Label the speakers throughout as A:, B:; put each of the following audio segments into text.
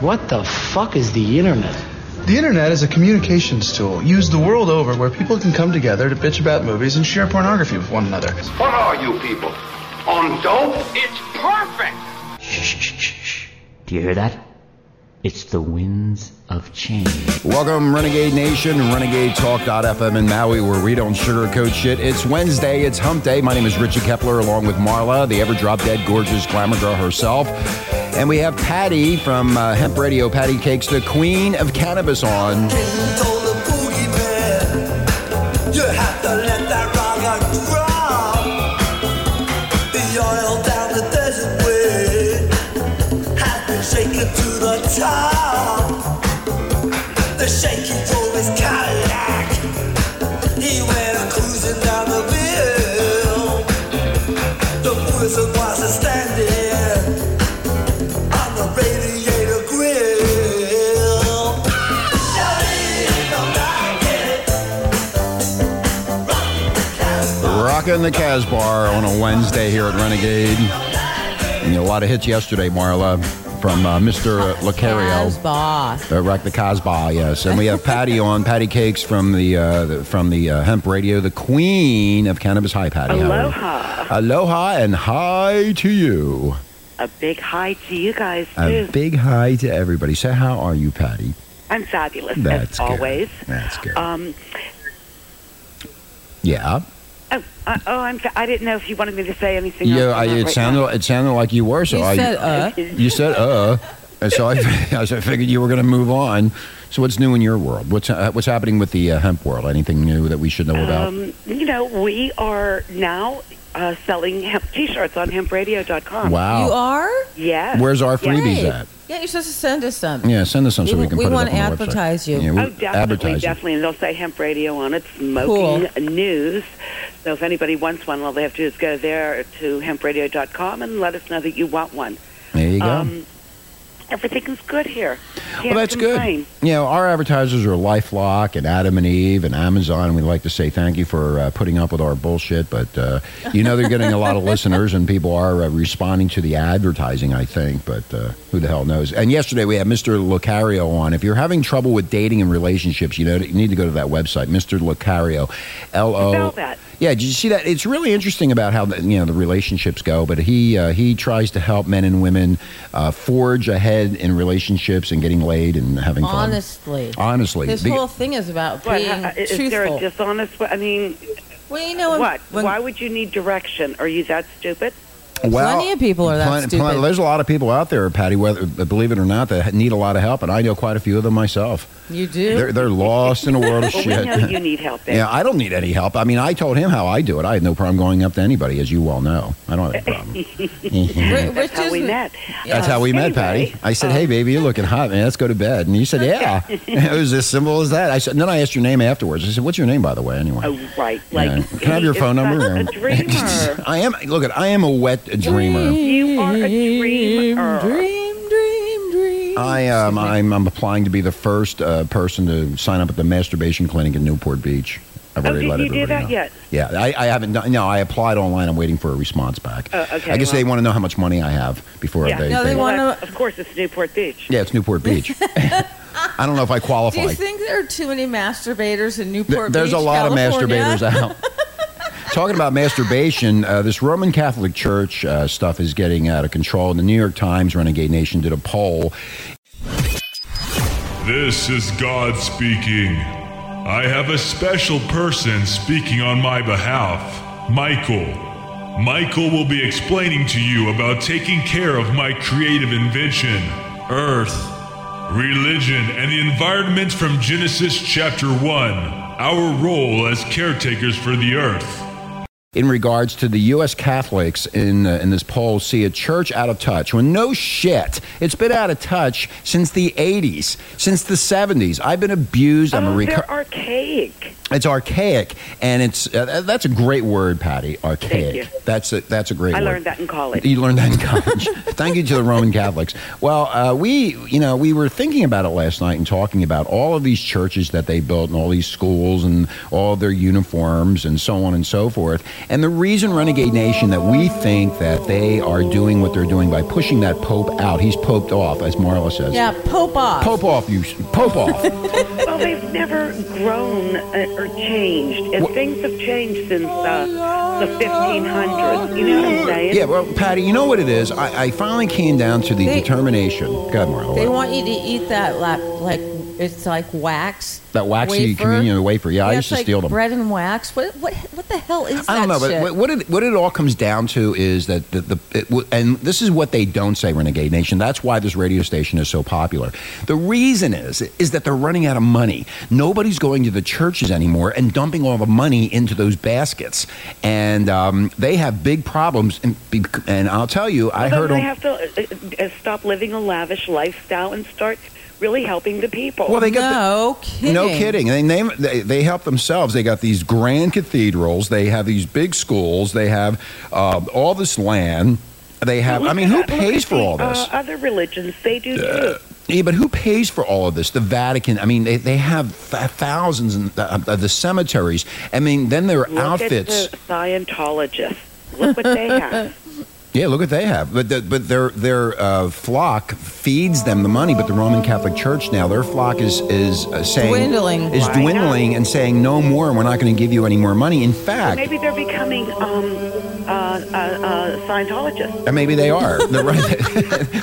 A: What the fuck is the internet?
B: The internet is a communications tool used the world over where people can come together to bitch about movies and share pornography with one another.
C: What are you people? On dope? It's perfect!
D: Shh, shh, shh, shh. Do you hear that? It's the winds of change.
E: Welcome, Renegade Nation, Renegade Talk.fm in Maui, where we don't sugarcoat shit. It's Wednesday, it's hump day. My name is Richie Kepler, along with Marla, the ever drop dead gorgeous glamour girl herself. And we have Patty from uh, Hemp Radio, Patty Cakes, the queen of cannabis on.
F: The shaky drove his Cadillac. He went cruising down the hill. The whistle was a standing on the radiator grill. Shouting, I'm
E: Rocking the Casbar on a Wednesday here at Renegade. And a lot of hits yesterday, Marla, from uh, Mr. Lucario.
G: Oh. Casbah.
E: Uh, rock the Casbah, yes. And we have Patty on, Patty Cakes from the, uh, the- from the uh, Hemp Radio, the queen of cannabis. Hi, Patty. how are you?
H: Aloha.
E: Aloha and hi to you.
H: A big hi to you guys,
E: A
H: too.
E: big hi to everybody. Say, how are you, Patty?
H: I'm fabulous,
E: That's
H: as
E: good.
H: always.
E: That's good.
H: Um,
E: yeah.
H: oh, uh, oh, I'm fa- I didn't know if you wanted me to say anything
E: Yeah,
H: else. or
E: I,
H: not
E: it
H: right
E: sounded it sounded like you were. So
G: You
E: I,
G: said, uh.
E: you said uh, and so I, I so I figured you were going to move on. So what's new in your world? What's uh, what's happening with the uh, hemp world? Anything new that we should know
H: now.
E: about?
H: Um, you know, we are now uh, selling hemp t-shirts on hempradio.com.
E: wow.
G: You are?
H: Yes.
E: Where's our freebies
G: Hey.
E: at?
G: Yeah, you're supposed to send us some.
E: Yeah, send us some so
G: We-
E: we can
G: we
E: put it up
G: wanna
E: on the
G: advertise
E: website.
G: you.
E: Yeah,
H: Oh,
E: we-
H: definitely,
E: advertise you.
H: definitely. And they'll say hemp radio on it, smoking news. So if anybody wants one, all they have to do is go there to hempradio.com and let us know that you want one.
E: There you go.
H: Um, everything's good here. Can't
E: well, that's
H: complain.
E: good. You know, our advertisers are LifeLock and Adam and Eve and Amazon. and We'd like to say thank you for uh, putting up with our bullshit, but uh, you know they're getting a lot of listeners and people are uh, responding to the advertising, I think, but uh, who the hell knows. And yesterday we had Mr. Lucario on. If you're having trouble with dating and relationships, you know, you need to go to that website, Mr. Lucario, L O
H: Spell that.
E: yeah, did you see that? It's really interesting about how the, you know the relationships go. But he uh, he tries to help men and women uh, forge ahead in relationships and getting laid and having fun.
G: Honestly.
E: Honestly,
G: This
E: Be-
G: whole thing is about
H: What,
G: being
H: how- is there
G: truthful.
H: a dishonest way? I mean,
G: well, you know,
H: what?
G: when-
H: Why would you need direction? Are you that stupid?
E: well,
G: plenty of people are that
E: plen-
G: stupid.
E: plen- there's a lot of people out there, Patty, whether believe it or not, that need a lot of help, and I know quite a few of them myself.
G: you do.
E: They're they're lost in a world of
H: Well,
E: shit.
H: we know you need help. eh? There.
E: Yeah, I don't need any help. I mean, I told him how I do it. I had no problem going up to anybody, as you well know. I don't have a problem. Mm-hmm.
G: Ri- Rich
H: That's how we
G: isn't-
H: met.
E: That's how we met,
H: Anyway,
E: Patty. I said, "Hey, baby, you're looking hot, man. Let's go to bed." And you said, "Yeah." it was as simple as that. I said, and then I asked your name afterwards. I said, "What's your name, by the way?" Anyway,
H: Oh, right. Like,
E: Yeah. can I have
H: he
E: your
H: is
E: phone
H: such
E: number?
H: A dreamer.
E: I am. Look, at I am a wet dreamer.
H: you are a dreamer.
G: Dream, dream, dream.
E: I am. I'm, I'm applying to be the first uh, person to sign up at the masturbation clinic in Newport Beach. I've
H: Oh,
E: already
H: did
E: let
H: you do
E: everybody
H: that
E: know.
H: yet?
E: Yeah, I, I haven't done. No, I applied online. I'm waiting for a response back.
H: Oh, okay,
E: I guess
H: well-
E: they want to know how much money I have before
H: Yeah.
E: they.
G: No, they
E: they-
G: want-
H: Well,
G: wanna-
H: that's- of course, it's Newport Beach.
E: yeah, it's Newport Beach. I don't know if I
G: Do
E: qualify.
G: you think there are too many masturbators in
E: Th-
G: Newport
E: there's
G: Beach,
E: a lot
G: California?
E: of masturbators out. Talking about masturbation, uh, this Roman Catholic Church uh, stuff is getting out of control. The New York Times Renegade Nation did a poll.
I: This is God speaking. I have a special person speaking on my behalf, Michael. Michael will be explaining to you about taking care of my creative invention, Earth, religion, and the environment from Genesis chapter 1, our role as caretakers for the Earth.
E: in regards to the U.S. Catholics in uh, in this poll see a church out of touch. Well, no shit, it's been out of touch since the '80s, since the '70s. I've been abused. I'm a
H: Oh,
E: reco-
H: they're archaic.
E: It's archaic, and it's uh, th- that's a great word, Patty. Archaic.
H: you.
E: That's a, that's a great.
H: I
E: word.
H: learned that in college.
E: You learned that in college. Thank you to the Roman Catholics. Well, uh, we you know we were thinking about it last night and talking about all of these churches that they built and all these schools and all their uniforms and so on and so forth. And the reason, Renegade Nation, that we think that they are doing what they're doing by pushing that pope out. He's poped off, as Marla says.
G: Yeah, Pope off.
E: Pope off, you pope off.
H: Well, they've never grown uh, or changed. And things have changed since uh, the 1500s. You know what I'm saying?
E: Yeah, well, Patty, you know what it is? I, I finally came down to the
G: They-
E: determination. God, Marla.
G: They
E: what?
G: want you to eat that lap, like it's like wax.
E: That waxy
G: wafer.
E: communion wafer. Yeah, I
G: Yeah,
E: used
G: it's
E: to
G: like
E: steal them.
G: Bread and wax. What what what the hell is
E: I don't
G: that
E: know,
G: shit?
E: but what- what it, what it all comes down to is that the, the it, w- and this is what they don't say, Renegade Nation. That's why this radio station is so popular. The reason is is that they're running out of money. Nobody's going to the churches anymore and dumping all the money into those baskets, and um, they have big problems. And, be- and I'll tell you, I
H: Don't
E: heard
H: they
E: on.
H: have to uh, uh, stop living a lavish lifestyle and start really helping the people?
E: well, they got the-
G: no kidding.
E: No kidding. They name they, they help themselves. They got these grand cathedrals. They have these big schools. They have uh, all this land. They have. I
H: Look
E: mean,
H: at
E: who
H: that- look
E: pays
H: at
E: for
H: the,
E: all this?
H: Uh, other religions, they do too.
E: Yeah, but who pays for all of this? The Vatican. I mean, they, they have th- thousands and th- of the cemeteries. I mean, then their
H: Look
E: outfits.
H: at the Scientologists. Look what they have.
E: yeah, look what they have. But the, but their their uh, flock feeds them the money. But the Roman Catholic Church now their flock is is uh, saying
G: Dwindling.
E: is
H: Why not?
E: dwindling and saying no more. We're not going to give you any more money. In fact,
H: Maybe they're becoming um, uh, uh, uh, Scientologists.
E: And maybe they are. They're right.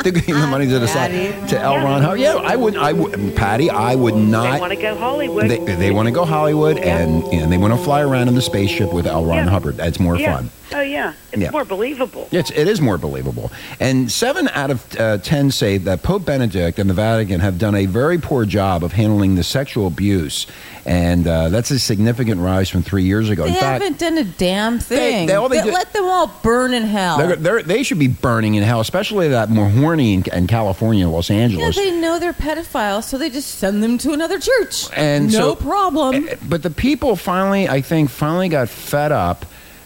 E: They're giving the money to the
G: Patty.
E: side to L. Ron Howard. Yeah, I would. I would. Patty, I would
H: they want
E: not.
H: to go Hollywood.
E: They, they want to go Hollywood, and and they want to fly around in the spaceship with L. Ron
H: Yeah.
E: Hubbard. That's more
H: yeah.
E: fun.
H: Oh yeah, it's
E: Yeah.
H: more believable.
E: It's, it is more believable. And seven out of uh, ten say that Pope Benedict and the Vatican have done a very poor job of handling the sexual abuse, and uh, that's a significant rise from three years ago.
G: They
E: In fact,
G: haven't done a damn thing.
E: they- all they
G: Let-
E: did-
G: let them all burn in hell.
E: they're, they're, they should be burning in hell, especially that more horny in, in California, Los
G: yeah,
E: Angeles.
G: they know they're pedophiles, so they just send them to another church.
E: And so- eh,
G: no problem.
E: But the people finally, I think, finally got fed up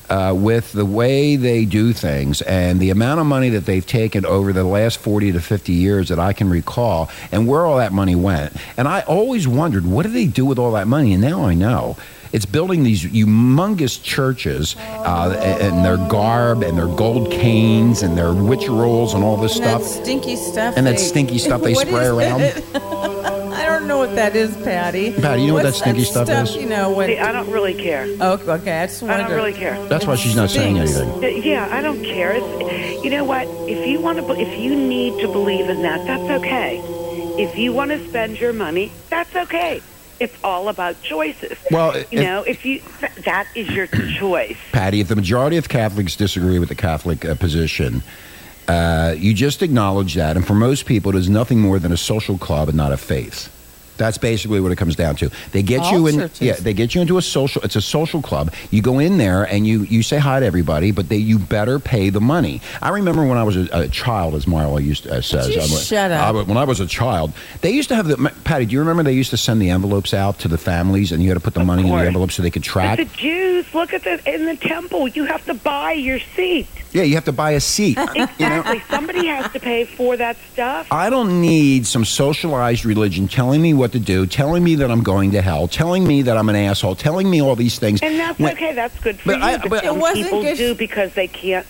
E: uh, with the way they do things and the amount of money that they've taken over the last 40 to 50 years that I can recall and where all that money went. And I always wondered, what do they do with all that money? And now I know. It's building these humongous churches uh, and and their garb and their gold canes and their witch rolls and all this
G: and that
E: stuff.
G: stinky stuff.
E: And that
G: they-
E: stinky stuff they
G: What
E: spray
G: is
E: around.
G: it? I don't know what that is, Patty.
E: Patty, you know what
G: What's
E: that stinky stuff is?
G: You know what?
H: See, I don't really care.
G: Oh, okay, I just
H: I
G: wondered.
H: don't really care.
E: That's why she's not saying
G: Stinks.
E: anything.
H: Uh, Yeah, I don't care. It's, you know what? If you want to, if you need to believe in that, that's okay. If you want to spend your money, that's okay. It's all about choices.
E: Well,
H: you
E: if-
H: know, if you th- that is your choice.
E: Patty, if the majority of Catholics disagree with the Catholic uh, position, uh, you just acknowledge that. And for most people, it is nothing more than a social club and not a faith. That's basically what it comes down to. They get
G: All
E: you in,
G: churches.
E: yeah. They get you into a social. It's a social club. You go in there and you you say hi to everybody, but they you better pay the money. I remember when I was a, a child, as Marla used uh, says.
G: you
E: I'm like-
G: shut up?
E: I wa- when I was a child, they used to have the Patty. Do you remember they used to send the envelopes out to the families, and you had to put the money in the
H: course.
E: envelope so they could track.
H: But the Jews, look at the in the temple. You have to buy your seat.
E: yeah, you have to buy a seat. You know?
H: Exactly. Somebody has to pay for that stuff.
E: I don't need some socialized religion telling me what to do, telling me that I'm going to hell, telling me that I'm an asshole, telling me all these things.
H: And that's
E: When-
H: okay. That's good for
E: But
H: you.
E: I- but-
H: but
E: It
H: some
G: wasn't
H: people
G: good-
H: do because they can't.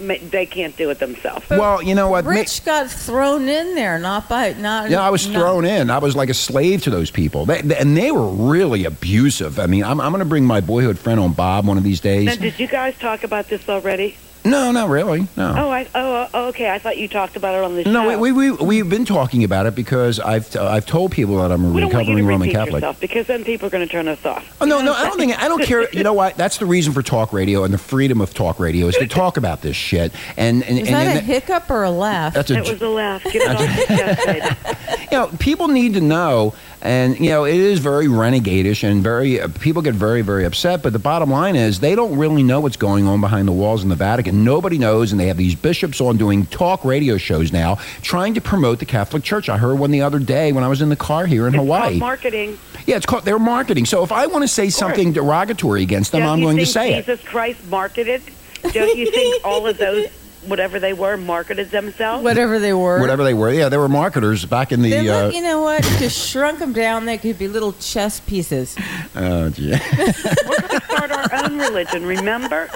H: ma- They can't do it themselves.
E: Well, you know what? ma-
G: Rich got thrown in there, not by not.
E: yeah, I was
G: not-
E: thrown in. I was like a slave to those people, they, they- and they were really abusive. I mean, I'm, I'm going to bring my boyhood friend on Bob one of these
H: Now,
E: days.
H: did you guys talk about this already?
E: No, not really. No,
H: Oh, I, oh, oh, okay. I thought you talked about it on the show.
E: no. We, we we we've been talking about it because I've uh, I've told people that I'm a
H: We don't want you to
E: recovering Roman
H: repeat
E: Catholic.
H: yourself because then people are going to turn us off.
E: Oh, no, no, I don't think I don't care. You know what? That's the reason for talk radio and the freedom of talk radio is to talk about this shit. And and,
G: Was
E: and,
G: that
E: and
G: a hiccup or a laugh?
E: that's a
H: It was a laugh. Get it off your chest, baby.
E: you know people need to know, and you know it is very renegadish and very uh, people get very very upset. But the bottom line is they don't really know what's going on behind the walls in the Vatican. nobody knows, and they have these bishops on doing talk radio shows now, trying to promote the Catholic Church. I heard one the other day when I was in the car here in
H: It's
E: Hawaii.
H: called marketing.
E: yeah, it's called their marketing. So if I want to say something derogatory against them,
H: Don't
E: I'm
H: you
E: going to
H: think
E: say it.
H: Jesus Christ marketed? Don't you think all of those, whatever they were, marketed themselves?
G: Whatever they were.
E: Whatever they were, yeah, they were marketers back in
G: Then
E: the.
G: look,
E: Uh,
G: you know what? If you shrunk them down, they could be little chess pieces.
E: oh, gee.
H: We're going to start our own religion. Remember?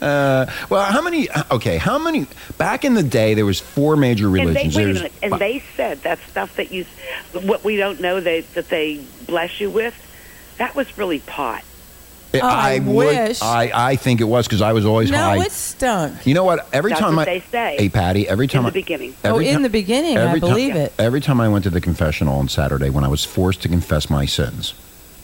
E: uh, Well, how many? Okay, how many? Back in the day, there was four major
H: And they
E: religions.
H: wait a
E: There's-
H: minute. And they said that stuff that you, what we don't know they, that they bless you with, that was really pot.
E: I,
G: Oh, I
E: would-
G: wish.
E: I, I think it was because I was always
G: no,
E: high.
G: it stunk.
E: You know what? Every
H: That's
E: time
H: what
E: I,
H: they say
E: hey Patty, every
H: in
E: time
H: the
E: I,
H: beginning.
E: every
G: oh, in
E: ti-
G: the beginning, I
E: every ti-
G: believe it.
E: Every time I went to the confessional on Saturday, when I was forced to confess my sins,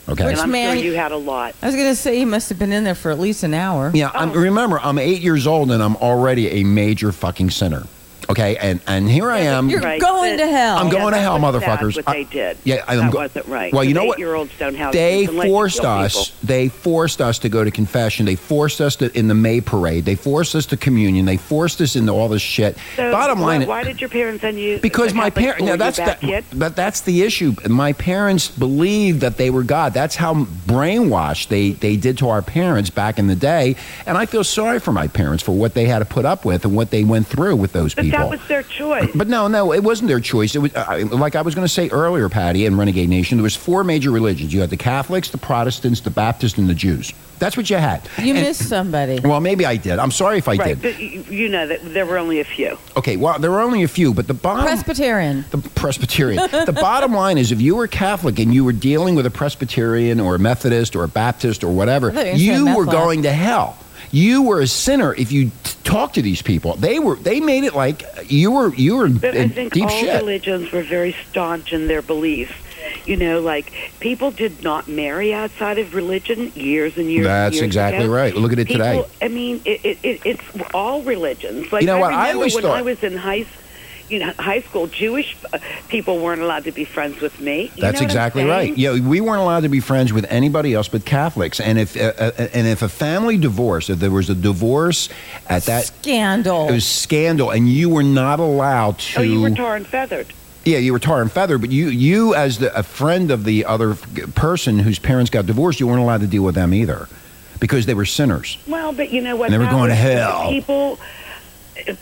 E: okay.
H: And I'm
G: man-
H: sure you had a lot.
G: I was going to say he must have been in there for at least an hour.
E: Yeah,
H: Oh.
E: I'm, remember, I'm eight years old and I'm already a major fucking sinner. Okay, and and here I am.
G: You're
H: Right.
G: going to hell.
E: I'm
H: Yeah,
E: going to
H: that
E: hell,
H: was sad
E: motherfuckers.
H: What
E: I-
H: they did.
E: yeah, I'm
H: that
E: go-
H: wasn't right.
E: Well, you know what?
H: Year olds don't have.
E: They
H: kids unless you
E: forced
H: kill
E: us.
H: people.
E: They forced us to go to confession. They forced us to in the May parade. They forced us to communion. They forced us into all this shit.
H: So
E: Bottom
H: why-
E: line,
H: why, did your parents send you?
E: because
H: to
E: my
H: Catholic
E: parents
H: school?
E: now
H: You
E: that's
H: bad
E: that,
H: kid?
E: that that's the issue my parents believed that they were god that's how brainwashed they they did to our parents back in the day and i feel sorry for my parents for what they had to put up with and what they went through with those
H: But
E: people
H: that was their choice.
E: but no, no, it wasn't their choice. It was uh, like I was going to say earlier, Patty, in Renegade Nation, there was four major religions. You had the Catholics, the Protestants, the Baptists, and the Jews. That's what you had.
G: You
E: And-
G: missed somebody.
E: Well, maybe I did. I'm sorry if I did.
H: right, but you, you know that there were only a few.
E: Okay, well, there were only a few, but the bottom
G: Presbyterian.
E: the Presbyterian. the bottom line is, if you were Catholic and you were dealing with a Presbyterian or a Methodist or a Baptist or whatever,
G: I thought you were
E: you
G: saying
E: were
G: Methodist.
E: going to hell. You were a sinner if you t- talked to these people. They were. They made it like you were. You were in
H: But I think
E: deep
H: all
E: shit.
H: religions were very staunch in their beliefs. You know, like people did not marry outside of religion years and years.
E: That's
H: and years
E: exactly
H: ago.
E: right. Look at it
H: People-
E: today.
H: I mean, it, it, it, it's all religions. Like
E: You know
H: I
E: what? I
H: remember
E: always
H: when
E: thought-
H: I was in high, s- you know, high school, Jewish uh, people weren't allowed to be friends with me. You
E: That's
H: know what I'm
E: exactly
H: saying?
E: right. Yeah, we weren't allowed to be friends with anybody else but Catholics. And if uh, uh, and if a family divorce, if there was a divorce at that,
G: Scandal.
E: it was scandal, and you were not allowed to.
H: Oh, you were tar and feathered.
E: yeah, you were tar and feather, but you you as the, a friend of the other f- person whose parents got divorced, you weren't allowed to deal with them either, because they were sinners.
H: Well, but you know what?
E: And they were
H: that
E: going to
H: was-
E: hell.
H: People,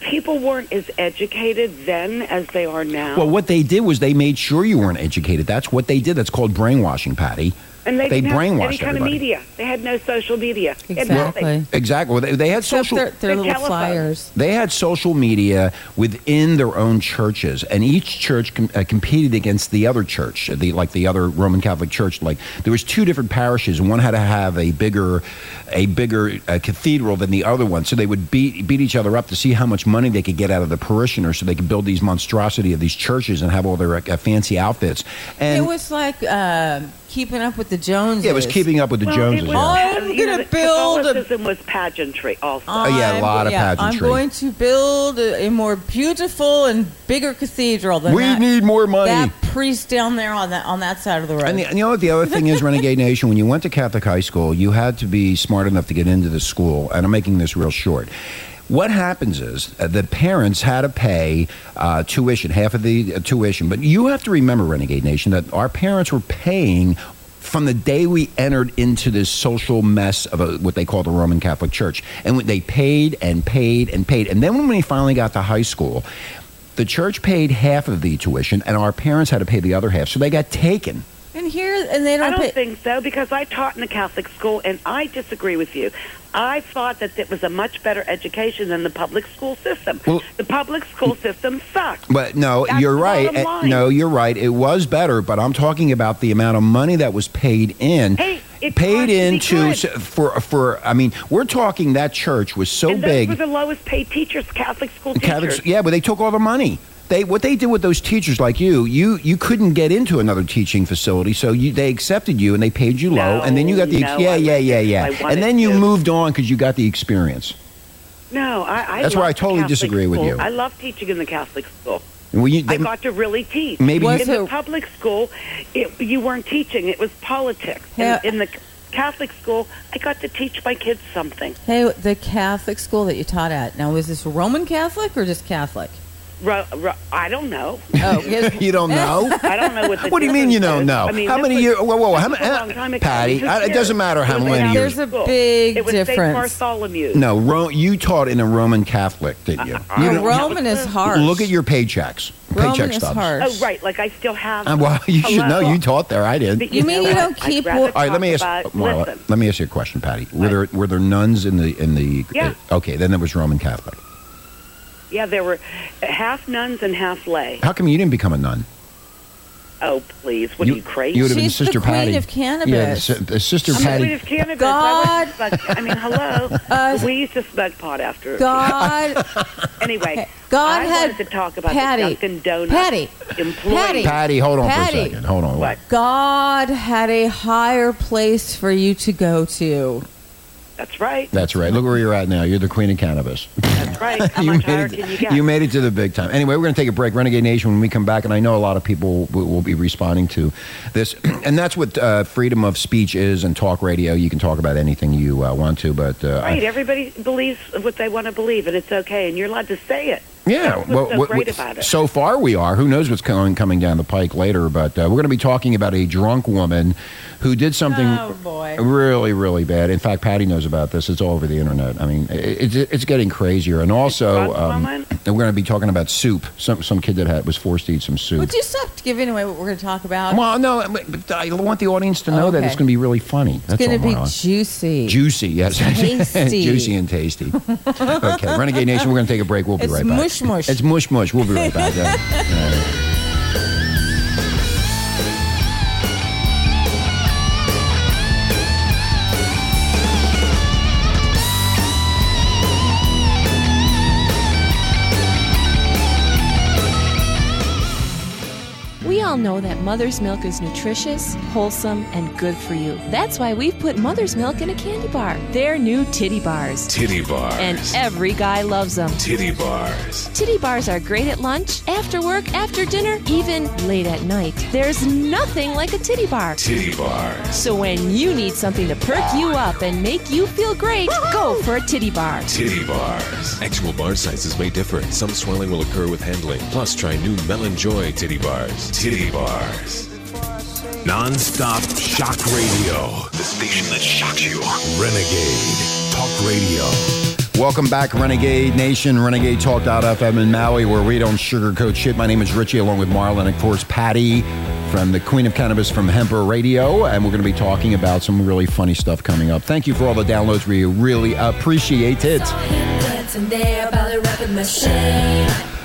H: people weren't as educated then as they are now.
E: Well, what they did was they made sure you weren't educated. That's what they did. That's called brainwashing, Patty.
H: and they,
E: they
H: didn't have
E: brainwashed
H: any kind
E: everybody.
H: of media. They had no social media. They had nothing.
G: Exactly.
E: Exactly. Well, They, they had
G: Except
E: social.
G: their, their
H: The
G: little
H: telephone.
G: flyers.
E: They had social media within their own churches, and each church com- uh, competed against the other church, the like the other Roman Catholic Church. Like there was two different parishes, and one had to have a bigger, a bigger uh, cathedral than the other one. So they would beat beat each other up to see how much money they could get out of the parishioners, so they could build these monstrosity of these churches and have all their uh, fancy outfits. And
G: it was like um keeping up with the Joneses.
E: yeah, it was keeping up with the
H: Well,
E: Joneses.
H: it
E: yeah.
G: all-
H: was-
G: I'm
H: you know,
G: gonna
H: the
G: build a-
H: Catholicism was pageantry. Also,
E: Oh, yeah, a
G: I'm-
E: lot of
G: yeah, I'm
E: pageantry.
G: going to build a, a more beautiful and bigger cathedral than
E: we
G: that,
E: need more money.
G: that priest down there on that on that side of the road.
E: And, the, and you know what? The other thing is, Renegade Nation, when you went to Catholic high school, you had to be smart enough to get into the school. And I'm making this real short. What happens is uh, the parents had to pay uh, tuition, half of the uh, tuition. But you have to remember, Renegade Nation, that our parents were paying from the day we entered into this social mess of a, what they call the Roman Catholic Church. And when they paid and paid and paid. And then when we finally got to high school, the church paid half of the tuition, and our parents had to pay the other half. So they got taken.
G: and here, and they don't.
H: I don't
G: pay-
H: think so because I taught in a Catholic school, and I disagree with you. I thought that it was a much better education than the public school system.
E: Well-
H: the public school system sucked.
E: But no,
H: That's
E: you're
H: the
E: right.
H: bottom
E: Uh,
H: line.
E: No, you're right. It was better, but I'm talking about the amount of money that was paid in.
H: Hey, it cost
E: paid
H: to be
E: into
H: good.
E: s- for for I mean, we're talking that church was so
H: and those
E: big.
H: were the lowest paid teachers, Catholic school teachers.
E: Catholics, yeah, but they took all the money. They what they did with those teachers like you, you you couldn't get into another teaching facility, so you they accepted you and they paid you low, and then you got the
H: No, no,
E: yeah
H: I
E: yeah yeah yeah,
H: I
E: and
H: wanted
E: then you
H: to.
E: moved on because you got the experience.
H: No, I. I
E: That's where
H: loved
E: I totally
H: Catholic
E: disagree with
H: school.
E: you.
H: I love teaching in the Catholic school.
E: And when you- they-
H: I got to really teach.
E: Maybe
G: Was
H: in the
G: it-
H: public school, it, you weren't teaching; it was politics.
G: Yeah.
H: In, in the Catholic school, I got to teach my kids something.
G: Hey, the Catholic school that you taught at. Now, was this Roman Catholic or just Catholic?
H: Ro- ro- I don't know.
G: Oh, yes.
E: you don't know.
H: I don't know what. The
E: What do you mean you
H: difference
E: don't
H: is.
E: know?
H: I mean,
E: how
H: this
E: many
H: was-
E: years? Whoa, whoa, how
H: this was a long
E: many?
H: time
E: Uh,
H: ago.
E: Patty,
H: This
E: I,
H: was
E: it doesn't
H: years.
E: matter how
H: It was
E: many
H: after
E: years.
G: There's a
H: school.
G: big
H: it was St.
G: difference.
H: Bartholomew.
E: No, Ro- you taught in a Roman Catholic, didn't you? you
G: Now,
E: don't-
G: Roman is harsh.
E: Look at your paychecks.
G: Roman
E: Paycheck
G: is
E: stubs.
G: harsh.
H: Oh, right. Like I still have.
E: Uh, well, you should know.
H: Hello?
E: You taught there. I did.
H: But
G: You mean
H: know
G: you
H: what?
G: don't
H: I'd
G: keep
H: rather
G: wa-
E: All right, let
H: talk
E: me ask.
H: about-
E: Marla,
H: listen.
E: let me ask you a question, Patty. Were there were there nuns in the in the?
H: Yeah.
E: uh, okay, then there was Roman Catholic.
H: Yeah, there were half nuns and half lay.
E: How come you didn't become a nun?
H: Oh, please. What
E: You-
H: are you crazy?
E: You would have been
G: She's the
E: Sister
G: queen
E: Patty.
G: of cannabis.
E: Yeah, the, si- the Sister
H: I'm
E: Patty.
H: afraid of cannabis.
G: God.
H: I, wouldn't smug- I mean, hello.
G: Uh,
H: we used to smug pot after.
G: God,
H: Anyway,
G: God
H: I
G: had
H: wanted to talk about
G: Patty.
H: the Dunkin' Donuts
G: Patty.
H: employee.
G: Patty.
E: Patty, hold on for a
G: Patty.
E: second. Hold on.
H: What?
G: God had a higher place for you to go to.
H: That's right.
E: That's right. Look where you're at now. You're the queen of cannabis.
H: That's right. How much higher can you get?
E: you made it to the big time. Anyway, we're going to take a break. Renegade Nation, when we come back, and I know a lot of people will, will be responding to this. and that's what uh, freedom of speech is and talk radio. You can talk about anything you uh, want to, but uh, I-
H: Right, everybody believes what they want to believe, and it's okay, and you're allowed to say it.
E: Yeah,
H: That's what's so great about it.
E: so far we are. Who knows what's coming coming down the pike later? But uh, we're going to be talking about a drunk woman who did something
G: Oh, boy.
E: really, really bad. In fact, Patty knows about this. It's all over the internet. I mean, it, it, it's getting crazier. And also,
H: drunk
E: um,
H: woman?
E: we're going to be talking about soup. Some some kid that had was forced to eat some soup.
G: Would you stop giving away what we're going to talk about?
E: well, no, but but I want the audience to know that
G: Okay.
E: it's going to be really funny. That's
G: it's going
E: all,
G: to be
E: Marla.
G: juicy.
E: Juicy, yes.
G: Tasty.
E: Juicy and tasty. Okay, Renegade Nation, we're going to take a break. We'll be
G: It's
E: right back.
G: mush mush.
E: It's mush mush. We'll be right back. Yeah.
J: We all know that mother's milk is nutritious, wholesome, and good for you. That's why we've put mother's milk in a candy bar. They're new titty bars. Titty bars. And every guy loves them. Titty bars. Titty bars are great at lunch, after work, after dinner, even late at night. There's nothing like a titty bar. Titty bars. So when you need something to perk you up and make you feel great, go for a titty bar.
K: Titty bars. Actual bar sizes may differ. Some swelling will occur with handling. Plus, try new Melon Joy titty bars. Titty bars. Non-stop shock radio. The station that shocks you. Renegade Talk Radio.
E: Welcome back, Renegade Nation, Renegade Talk.fm in Maui, where we don't sugarcoat shit. My name is Richie, along with Marlon, and of course, Patty from the Queen of Cannabis from Hemper Radio. And we're going to be talking about some really funny stuff coming up. Thank you for all the downloads. We really appreciate it.
J: Dancing there by the rapping machine.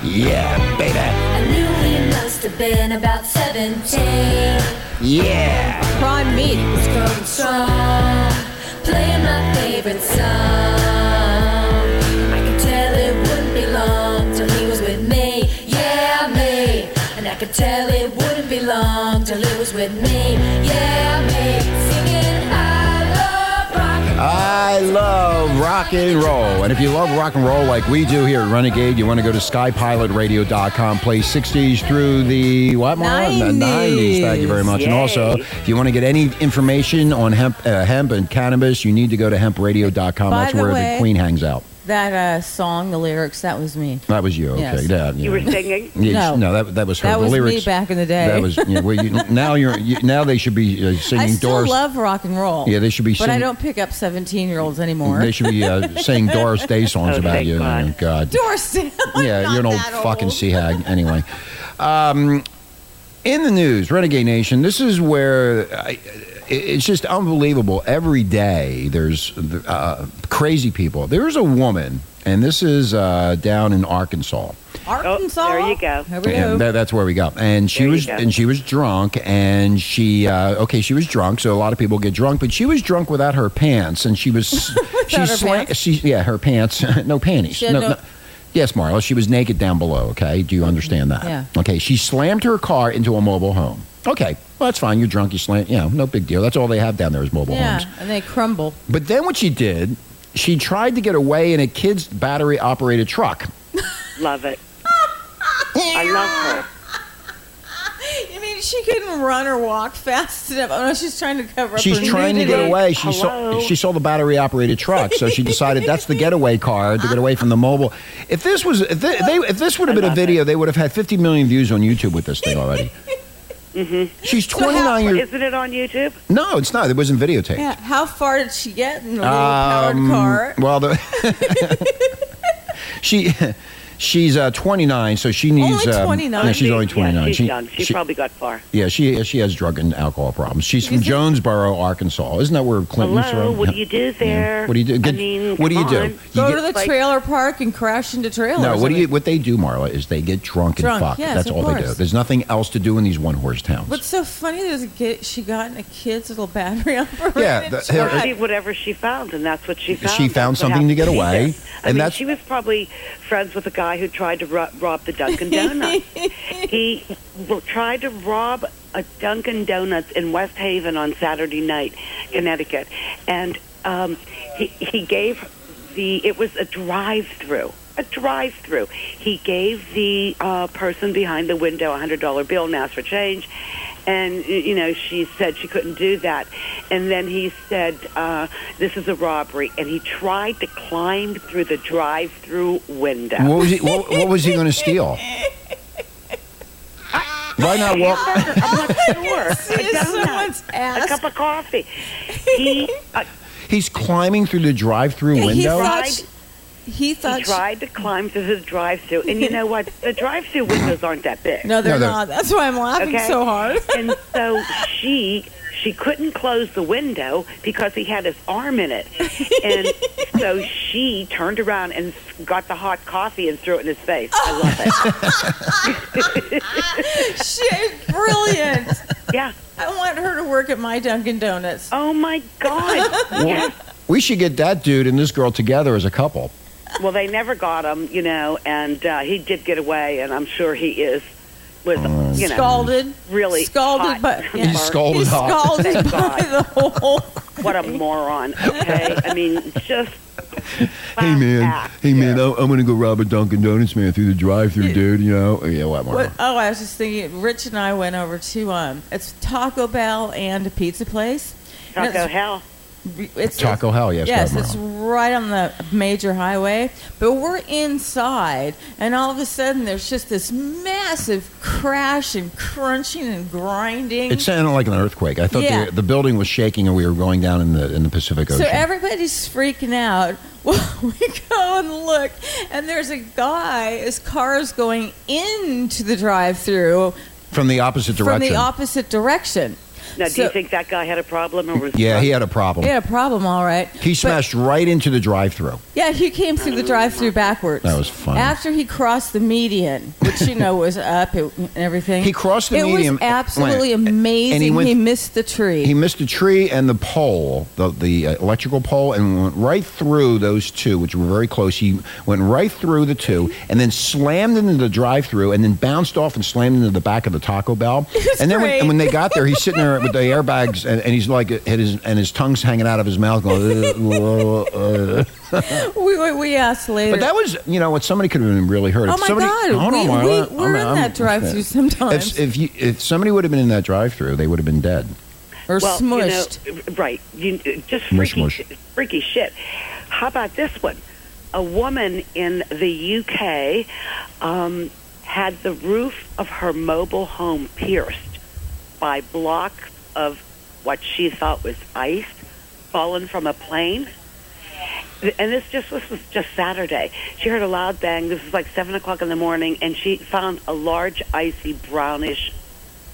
E: Yeah, baby.
J: I knew he must have been about 17.
E: Yeah.
G: Prime meat.
J: was growing strong, playing my favorite song. I could tell it wouldn't be long till he was with me, yeah, me. And I could tell it wouldn't be long till it was with me, yeah, me. Singing, I love rock and
E: I love rock and roll. And if you love rock and roll like we do here at Renegade, you want to go to skypilotradio.com, play 60s through the what, Marla? The 90s.
G: 90s.
E: Thank you very much. And
H: Yay.
E: also, if you want to get any information on hemp, uh, hemp and cannabis, you need to go to hempradio.com.
G: By
E: That's
G: the
E: where
G: way-
E: the queen hangs out.
G: That uh, song, the lyrics, that was me.
E: That was you. Okay.
G: Yes.
E: Yeah,
H: You were
E: yeah.
H: singing.
E: Yeah,
G: No.
E: no, that, that was her.
G: That
E: The
G: was me
E: lyrics-
G: back in the day.
E: That was yeah, well, you, now you're you, now they should be uh, singing
G: I still
E: Doris.
G: love rock and roll.
E: Yeah, they should be
G: But I
E: singing-
G: don't pick up 17 year olds anymore.
E: they should be uh, saying Doris Day songs
H: Oh,
E: about
H: thank
E: you.
H: God.
E: Oh, God.
G: Doris Day. I'm
E: yeah,
G: not
E: you're an old
G: that
E: fucking sea hag. Anyway, um, in the news, Renegade Nation. This is where I, it- it's just unbelievable. Every day there's uh, crazy people. There is a woman, and this is uh, down in Arkansas.
G: Arkansas.
H: Oh, there you go.
G: Here we
E: Yeah,
G: go.
E: that- that's where we go. And she
H: There you
E: was
H: go.
E: and she was drunk and she uh, okay she was drunk. So a lot of people get drunk, but she was drunk without her pants and she was she
G: her
E: sla-
G: pants?
E: she yeah her pants no panties
G: She had no-
E: Yes, Marla, she was naked down below, okay? Do you understand that?
G: Yeah.
E: Okay, she slammed her car into a mobile home. Okay, well, that's fine. You're drunk, you slam, you know, no big deal. That's all they have down there is mobile homes.
G: yeah, and they crumble.
E: But then what she did, she tried to get away in a kid's battery operated truck.
H: Love it. I love her.
G: You mean she couldn't run or walk fast enough. Oh no, she's trying to cover up.
E: She's
G: her
E: trying to get
G: nudity.
E: away. She saw, she saw the battery operated truck, so she decided that's the getaway car to get away from the mobile. If this was if they, they if this would have been a video, they would have had 50 million views on YouTube with this thing already.
H: Mm-hmm.
E: She's 29 years.
H: Isn't it on YouTube?
E: No, it's not. It wasn't videotaped.
G: Yeah, how far did she get in a little powered
E: Um,
G: car?
E: Well, the she she's uh, 29, so she needs.
G: Only
E: um,
G: 29?
E: yeah, she's only 29.
H: Yeah, she's
E: she,
H: young. She, probably got far.
E: Yeah, she she has drug and alcohol problems. She's from Jonesboro, Arkansas. Isn't that where Clinton's
H: Hello,
E: from?
H: what do you do there?
E: What do you do? Get-
H: I mean,
E: what do you
H: come
E: do?
H: on.
E: You
G: Go
E: get-
G: to the trailer park and crash into trailers.
E: no,
G: I
E: what do
G: mean,
E: you what they do, Marla, is they get drunk and
G: Drunk,
E: fuck.
G: yes,
E: That's
G: of
E: all they do.
G: course.
E: There's nothing else to do in these one horse towns.
G: What's so funny? There's a kid. She got in a kid's little battery operated
E: Yeah, the-
G: truck.
E: her-
H: She- whatever she found, and that's what she found.
E: She found
H: That's what
E: something to get
H: happened.
E: away,
H: She did. I
E: and
H: mean,
E: that's-
H: she was probably friends with a guy who tried to ro- rob the Dunkin' Donuts. he well, tried to rob a Dunkin' Donuts in West Haven on Saturday night, Connecticut, and um, he he gave the it was a drive-through. A drive-through. He gave the uh, person behind the window a hundred dollar bill and asked for change, and y- you know she said she couldn't do that and then he said uh, this is a robbery and he tried to climb through the drive through window
E: What was he, what, what was he going to steal? Why not walk?
H: i'm not sure a, donut, a cup of coffee he uh,
E: He's climbing through the drive-through
H: He
E: window.
H: thought she-
G: he
H: thought he tried to climb through the drive through and you know what the drive through windows aren't that big
G: No, they're not. That's why I'm laughing
H: Okay?
G: so hard.
H: and so she she couldn't close the window because he had his arm in it and so she turned around and got the hot coffee and threw it in his face i love it
G: Shit, brilliant.
H: Ah. Yeah.
G: I want her to work at my Dunkin' Donuts.
H: Oh my God.
E: Well, we should get that dude and this girl together as a couple.
H: well they never got him you know and uh, he did get away and i'm sure he is was you know
G: Uh, Scalded.
H: really
G: Scalded
H: hot.
G: by yeah.
H: He's scalded
G: He's
H: hot.
G: scalded
H: Thank
G: by
H: God.
G: the whole
H: what a moron okay i mean just
E: Hey man, hey man, I'm, I'm gonna go rob a Dunkin' Donuts man through the drive-through, dude. You know, yeah, what, Marla?
G: What, oh, I was just thinking. Rich and I went over to um, it's Taco Bell and a pizza place. And
H: Taco
G: it's-
H: Hell.
G: It's
E: Taco Hell, yes,
G: Yes,
E: Barbara.
G: it's right on the major highway. But we're inside, and all of a sudden, there's just this massive crash and crunching and grinding.
E: It sounded like an earthquake. I thought
G: Yeah.
E: the, the building was shaking and we were going down in the in the Pacific Ocean.
G: So everybody's freaking out. Well, we go and look, and there's a guy. His car is going into the drive-through
E: from the opposite
G: from
E: direction.
G: the opposite direction.
H: now do
G: So-
H: you think that guy had a problem or was
E: yeah, he had a problem.
G: He had a problem, all right.
E: He smashed right into the drive-through.
G: Yeah, he came through the drive-through backwards.
E: That was funny.
G: After he crossed the median, which you know was up it- and everything.
E: He crossed the
G: it
E: median-
G: was absolutely
E: went-
G: amazing.
E: and he
G: he,
E: went-
G: missed the tree.
E: He missed a tree and the pole, the, the uh, electrical pole, and went right through those two, which were very close. He went right through the two and then slammed into the drive through and then bounced off and slammed into the back of the Taco Bell.
F: was
E: and then when,
F: great.
E: and when they got there, he's sitting there with the airbags and, and he's like, and his, and his tongue's hanging out of his mouth going, uh, uh, uh.
G: we, we, we asked later.
E: But that was, you know, what somebody could have been really hurt.
G: Oh
E: If
G: my
E: somebody,
G: God,
E: Hold on,
G: we-
E: Marla.
G: we- we're
E: I'm-
G: in
E: I'm-
G: that drive-thru sometimes.
E: If, if you, if somebody would have been in that drive-through, they would have been dead.
G: or
H: well, you know,
G: smushed.
H: right. You, just
E: Mush,
H: freaky,
E: mush.
H: freaky shit. How about this one? A woman in the UK um, had the roof of her mobile home pierced by blocks of what she thought was ice fallen from a plane. And this just this was just Saturday. She heard a loud bang. This was like seven o'clock in the morning, and she found a large, icy, brownish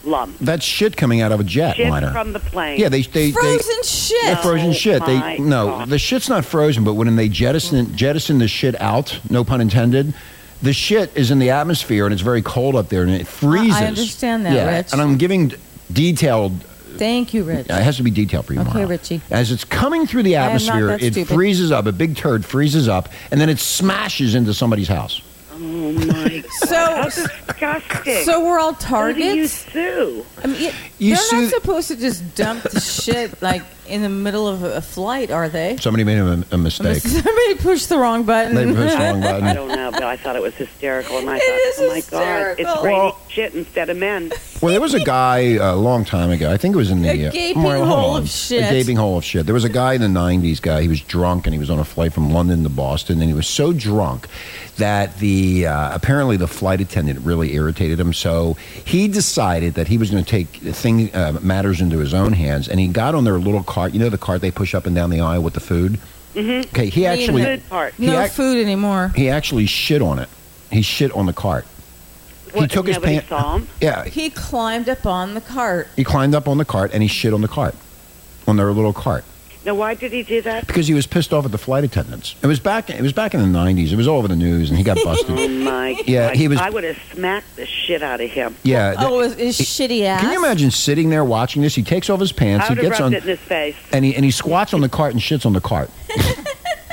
H: lump.
E: That's shit coming out of a jet
H: Shit
E: liner.
H: from the plane.
E: Yeah, they they
G: Frozen
E: they,
G: shit.
E: Yeah, frozen
H: Oh
E: shit.
H: my
E: They no, the shit's not frozen, but when they jettison jettison the shit out, no pun intended, the shit is in the atmosphere and it's very cold up there and it freezes.
G: understand that,
E: yeah,
G: Rich.
E: And I'm giving d- detailed.
G: Thank you, Rich.
E: Uh, It has to be detailed for you,
G: Okay,
E: Mara.
G: Richie.
E: As it's coming through the
G: I am not
E: atmosphere,
G: that
E: it
G: stupid.
E: freezes up. A big turd freezes up, and then it smashes into somebody's house.
H: Oh Oh my god!
G: So
H: How disgusting.
G: So we're all
H: Who do you
G: targets.
H: sue?
G: I mean, it-
E: You
G: they're
E: sue-
G: not supposed to just dump the shit like in the middle of a flight, are they?
E: Somebody made a, a mistake.
G: Somebody pushed the wrong button.
E: They pushed the wrong
H: I
E: button.
H: don't know, but I thought it was hysterical, and I
G: It is
H: thought, oh my god,
G: hysterical.
H: it's raining
E: Well-
H: shit instead of men.
E: Well, there was a guy uh, a long time ago. I think it was in the
G: A
E: uh,
G: gaping
E: well, hold
G: hole
E: on.
G: of shit.
E: A gaping hole of shit. There was a guy in the '90s. Guy, he was drunk and he was on a flight from London to Boston, and he was so drunk that the uh, apparently the flight attendant really irritated him. So he decided that he was going to take thing uh, matters into his own hands, and he got on their little cart. You know the cart they push up and down the aisle with the food. Mm-hmm. Okay, he
G: Mean
E: actually
G: it.
H: Food part.
E: he
G: no
E: ac-
G: food anymore.
E: he actually shit on it. He shit on the cart.
H: What,
E: took his
H: nobody
E: pant-
H: saw 'em?
E: Yeah,
G: He climbed up on the cart.
E: he climbed up on the cart and he shit on the cart, on their little cart,
H: Now, why did he do that?
E: because he was pissed off at the flight attendants. It was back. It was back in the '90s. It was all over the news, and he got
H: Oh
E: busted.
H: my
E: Yeah,
H: God.
E: he was-
H: I would have smacked the shit out of him.
E: yeah. th-
G: Oh, his, his shitty ass.
E: Can you imagine sitting there watching this? He takes off his pants.
H: I
E: He
H: would have
E: gets on
H: rubbed it in his face.
E: and he and he squats on the cart and shits on the cart.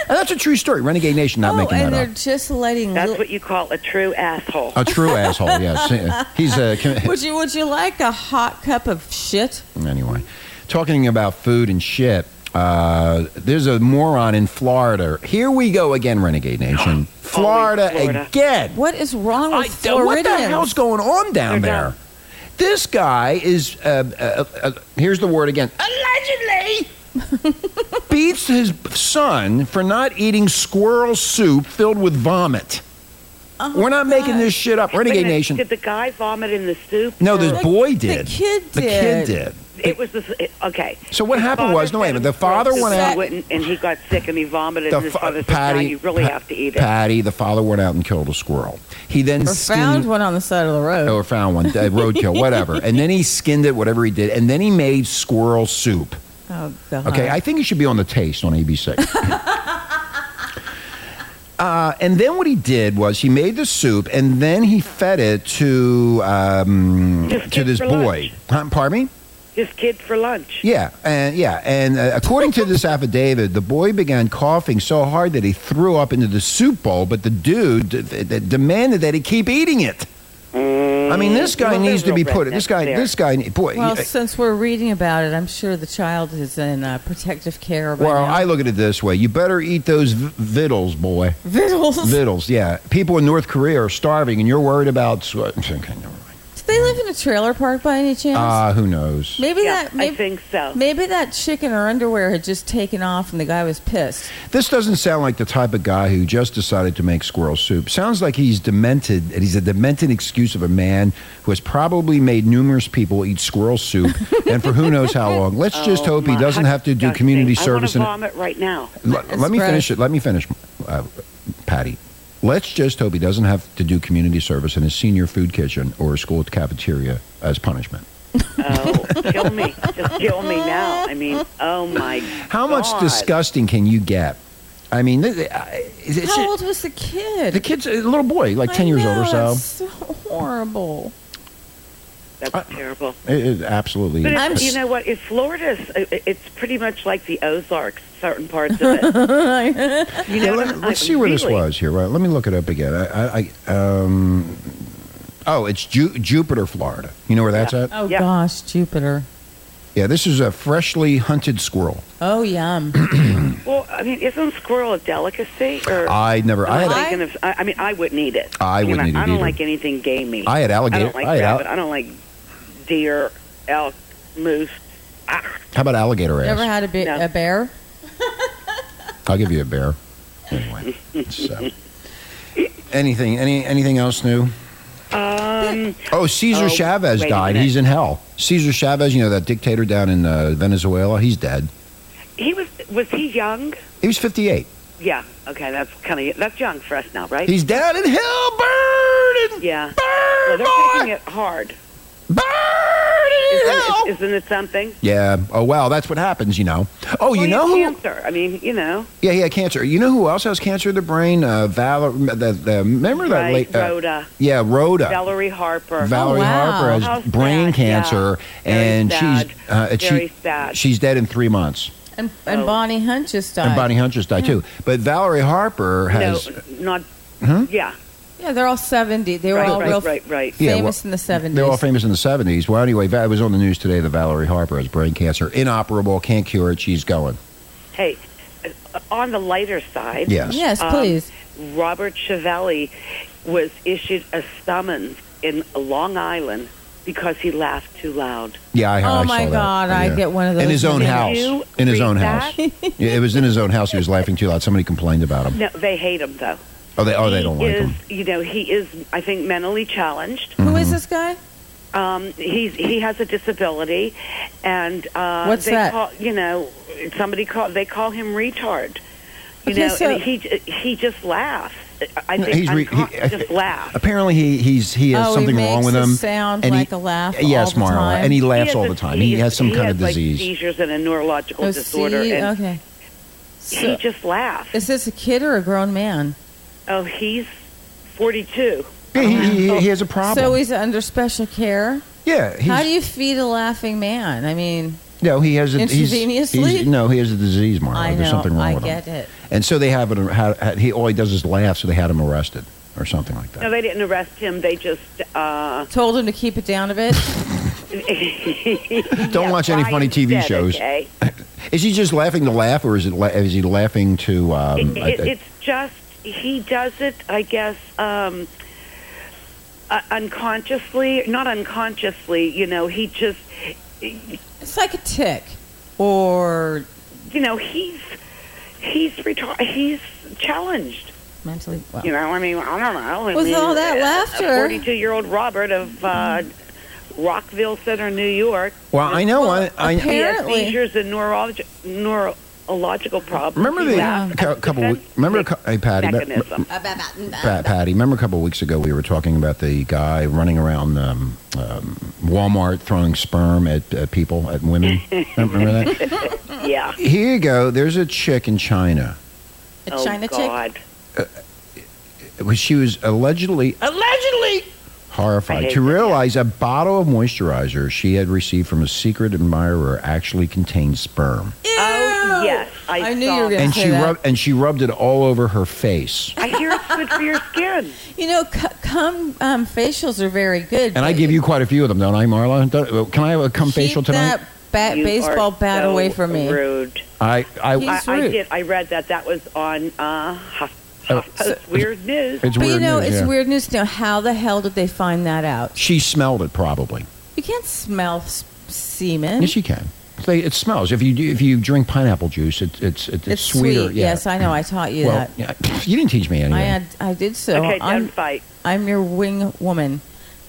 E: and that's a true story. Renegade Nation, not
G: oh,
E: making
G: and
E: that
G: they're
E: up.
G: just letting.
H: That's
G: li-
H: what you call a true asshole.
E: A true asshole. Yes, he's uh, a.
G: would you would you like a hot cup of shit?
E: Anyway, talking about food and shit, uh, there's a moron in Florida. Here we go again, Renegade Nation. Florida,
H: Florida.
E: again.
G: What is wrong with
E: I-
G: Oh, Floridians?
E: what the hell's going on down
H: They're
E: there?
H: dumb.
E: This guy is, uh, uh, uh, here's the word again, allegedly beats his son for not eating squirrel soup filled with vomit.
G: Oh,
E: We're not making
G: God.
E: this shit up.
H: Wait a
E: Renegade
H: minute,
E: Nation.
H: Did the guy vomit in the soup?
E: No,
H: Or-
E: the boy did.
G: The kid
E: The kid
G: did.
E: did.
H: It was the it- okay.
E: So what
H: His
E: happened
H: father
E: was- no, wait a
H: said
E: minute, the
H: his throat
E: father
H: was
E: went out-
H: wouldn't- and he got sick and he vomited. and his
E: fa-
H: father said, "Now you really
E: Pa-
H: have to eat it."
E: Patty, the father went out and killed a squirrel. He then
G: Or
E: skinned
G: found one on the side of the road.
E: or found one, uh, roadkill, whatever. And then he skinned it, whatever he did, and then he made squirrel soup.
G: Oh God.
E: Okay, I think it should be on the taste on ABC. Uh, and then what he did was he made the soup and then he fed it to um,
H: Just
E: to
H: keep
E: this
H: for
E: boy. Huh, pardon me.
H: His kid for lunch.
E: Yeah, and yeah, and uh, according to this affidavit, the boy began coughing so hard that he threw up into the soup bowl, but the dude d- d- d- demanded that he keep eating it. I mean, this guy
H: Well,
E: needs to
H: they're
E: be
H: real
E: put. This
H: rednecks
E: guy,
H: there.
E: this guy, boy.
G: Well,
E: he-
G: since we're reading about it, I'm sure the child is in uh, protective care. By
E: well,
G: now.
E: I look at it this way: you better eat those v- vittles, boy.
G: Vittles.
E: Vittles, yeah. People in North Korea are starving, and you're worried about. sw- Okay, never mind.
G: Do they live in a trailer park by any chance?
E: Ah, who knows?
G: maybe
H: Yeah,
G: that. Maybe,
H: I think so.
G: Maybe that chick in her underwear had just taken off, and the guy was pissed.
E: This doesn't sound like the type of guy who just decided to make squirrel soup. Sounds like he's demented, and he's a demented excuse of a man who has probably made numerous people eat squirrel soup, and for who knows how long. Let's just
H: Oh,
E: hope he
H: my-
E: doesn't
H: how
E: have to do
H: disgusting.
E: community service.
H: I
E: And,
H: want to vomit right now.
E: let, let me
G: It's
E: finish
G: gross.
E: it. Let me finish, uh, Patty. Let's just hope he doesn't have to do community service in his senior food kitchen or school cafeteria as punishment.
H: Oh, kill me! Just kill me now. I mean, oh my.
E: How much
H: God.
E: disgusting can you get? I mean, th- th- I- it's, it's-
G: How old was the kid?
E: the kid's a little boy, like 10
G: I
E: years old or
G: know,
E: so.
G: that's so horrible.
H: That's terrible.
E: It, it absolutely.
H: But
E: is.
H: it's, you know what? In Florida, it's- it's pretty much like the Ozarks. Certain parts of it. You know,
E: let,
H: what I-
E: us see where this
H: really.
E: was here. Right, let me look it up again. I, I, I um, oh, it's Ju- Jupiter, Florida. You know where that's at?
G: Oh
H: Yeah.
G: gosh, Jupiter.
E: Yeah, this is a freshly hunted squirrel.
G: Oh yum.
H: Well, I mean, isn't squirrel a delicacy? Or
E: I never. I
H: I,
E: had.
G: I-
H: Oh, I, I, mean, I wouldn't eat it.
E: I
H: You know,
E: wouldn't eat it
H: I don't
E: either.
H: like anything gamey.
E: I had
H: I
E: alligator.
H: don't like
E: I had al-
H: rabbit. I don't like deer, elk, moose.
E: how about alligator ass?
G: Ever had a, be-
H: No.
G: a bear?
E: I'll give you a bear. Anyway, so. anything, any, anything else new?
H: Um,
E: Oh, Cesar
H: Oh,
E: Chavez
H: wait a
E: died.
H: minute.
E: He's in hell. Cesar Chavez, you know that dictator down in uh, Venezuela. He's dead.
H: he was was he young?
E: He was fifty-eight.
H: Yeah. Okay, that's kind of that's young for us now, right?
E: He's down in hell, burning.
H: yeah. Well,
E: Burn,
H: they're
E: boy!
H: taking it hard.
E: Burn in
H: Isn't,
E: hell!
H: it- isn't it something?
E: Yeah. Oh wow, that's what happens, you know. Oh, you
H: Well, he
E: know
H: had
E: who?
H: cancer. I mean, you know,
E: Yeah, he had cancer. You know who else has cancer of the brain? Uh, Valor. The, the remember that
H: right?
E: late. Uh,
H: Rhoda,
E: yeah, Rhoda.
H: Valerie Harper.
E: Valerie
G: Oh, wow.
E: Harper has
H: How sad,
E: brain
H: yeah.
E: cancer,
H: Very
E: and
H: sad.
E: she's uh, and
H: Very
E: she
H: sad.
E: she's dead in three months.
G: And and
H: Oh.
G: Bonnie Hunt just died.
H: Hmm.
E: And Bonnie Hunt just died too. But Valerie Harper has Hmm?
H: no, not. Yeah.
G: Yeah, they're all 70. They were
H: Right,
G: all
H: right,
G: real
H: right, right.
E: Yeah,
G: famous
E: well,
G: in the 70s.
E: They're all famous in the 70s. Well, anyway, that was on the news today that Valerie Harper has brain cancer, inoperable, can't cure it. She's going.
H: Hey, uh, on the lighter side.
E: Yes.
G: Yes,
H: um,
G: please.
H: Robert Chiavelli was issued a summons in Long Island because he laughed too loud.
E: Yeah, I, I
G: Oh, my
E: saw that.
G: God, I
E: Yeah.
G: get one of those
E: in his own
G: Did
E: house.
H: you
E: In his
H: read
E: own house.
H: that?
E: yeah, it was in his own house. He was laughing too loud. Somebody complained about him.
H: No, they hate him though.
E: Oh, they oh they
H: He
E: don't like
H: is,
E: him. Mm.
H: You know, he is. I think mentally challenged.
G: Who is this guy?
H: Um, he's he has a disability, and uh,
G: What's
H: they
G: that?
H: Call, you know, somebody call they call him retard. You
G: Okay,
H: know,
G: so-
H: and he he just laughs. I
E: No,
H: think
E: he's re-
H: uncon-
E: he- I-
H: just laughs.
E: Apparently, he he's he has
G: oh,
E: something
G: he makes
E: wrong with
G: a
E: him.
G: sound
E: and he-
G: like a laugh.
E: yes,
G: all the
E: Marla,
G: time.
E: and he laughs
H: has
E: all
H: a-
E: the time. He, has some
H: he
E: kind
H: has,
E: of
H: like,
E: disease.
H: seizures and a neurological
G: Oh,
H: disorder,
G: see?
H: and
G: okay.
H: he
G: So,
H: just laughs.
G: is this a kid or a grown man?
H: Oh, he's forty-two.
E: Yeah, he, he, he has a problem.
G: So he's under special care.
E: yeah, he's,
G: How do you feed a laughing man? I mean,
E: no, he has a he's,
G: Intravenously?
E: he's- no, he has a disease, Marla.
G: I know,
E: There's something wrong
G: I
E: with
G: get
E: him.
G: it.
E: And so they have it. Had, had, he all he does is laugh, so they had him arrested or something like that.
H: No, they didn't arrest him. They just uh,
G: Told him to keep it down a bit.
E: Don't
H: yeah,
E: watch any
H: Brian
E: funny TV
H: said,
E: shows.
H: okay?
E: Is he just laughing to laugh, or is it la- is he laughing to? Um,
H: it,
E: I-
H: it,
E: I-
H: it's just he does it, I guess, um, uh, unconsciously. Not unconsciously, you know. He just,
G: it's like a tick, or
H: you know, he's he's retar- he's challenged.
G: mentally. Well,
H: You know, I mean, I don't know. I
G: With
H: mean,
G: all that laughter.
H: forty-two-year-old Robert of uh, Rockville Center, New York,
E: well, I know. I, I,
H: he has
G: Apparently.
H: seizures and neurolog- neurological problems.
E: remember
H: He
E: the
H: laughs
E: cou-
H: at the
E: couple. we-
H: defense
E: Remember, a cou- hey Patty. me-
H: mechanism.
E: Pat, Patty, remember a couple of weeks ago we were talking about the guy running around um, um, Walmart throwing sperm at, at people, at women? remember that? mm.
H: yeah.
E: Here you go. There's a chick in China.
G: a
H: oh
G: China chick.
H: God.
E: It was- She was allegedly allegedly
H: I
E: horrified
H: hate
E: to
H: that, yeah.
E: realize a bottle of moisturizer she had received from a secret admirer actually contained sperm,
H: Oh,
G: Ew!
H: yes, I
G: knew
H: saw
G: you were
H: that.
G: going
E: and
G: to say
E: she
G: that.
E: rubbed and she rubbed it all over her face.
H: I hear it's good for your skin.
G: you know, c- cum um, facials are very good.
E: And I
G: but
E: give you quite a few of them, don't I, Marla? Don't- uh, can I have a cum
G: keep
E: facial tonight?
G: that bat-
H: You
G: baseball
H: are
G: bat
H: so
G: away from me.
H: Rude.
E: I, I,
G: He's
H: I, I
G: rude.
H: did. I read that. That was on uh, Huff,
E: Oh,
H: HuffPost Weird News.
E: it's
G: But
E: weird.
G: you know,
E: news,
G: it's
E: yeah.
G: weird news. Now, how the hell did they find that out?
E: She smelled it probably.
G: You can't smell s- semen.
E: Yes, you can. They, it smells. If you do, if you drink pineapple juice, it, it's it, it's,
G: it's
E: sweeter.
G: sweet.
E: Yeah.
G: Yes, I know. I taught you
E: well,
G: that.
E: yeah, you didn't teach me anything.
G: I had, I did so.
H: okay,
G: I'm,
H: don't fight.
G: I'm your wing woman,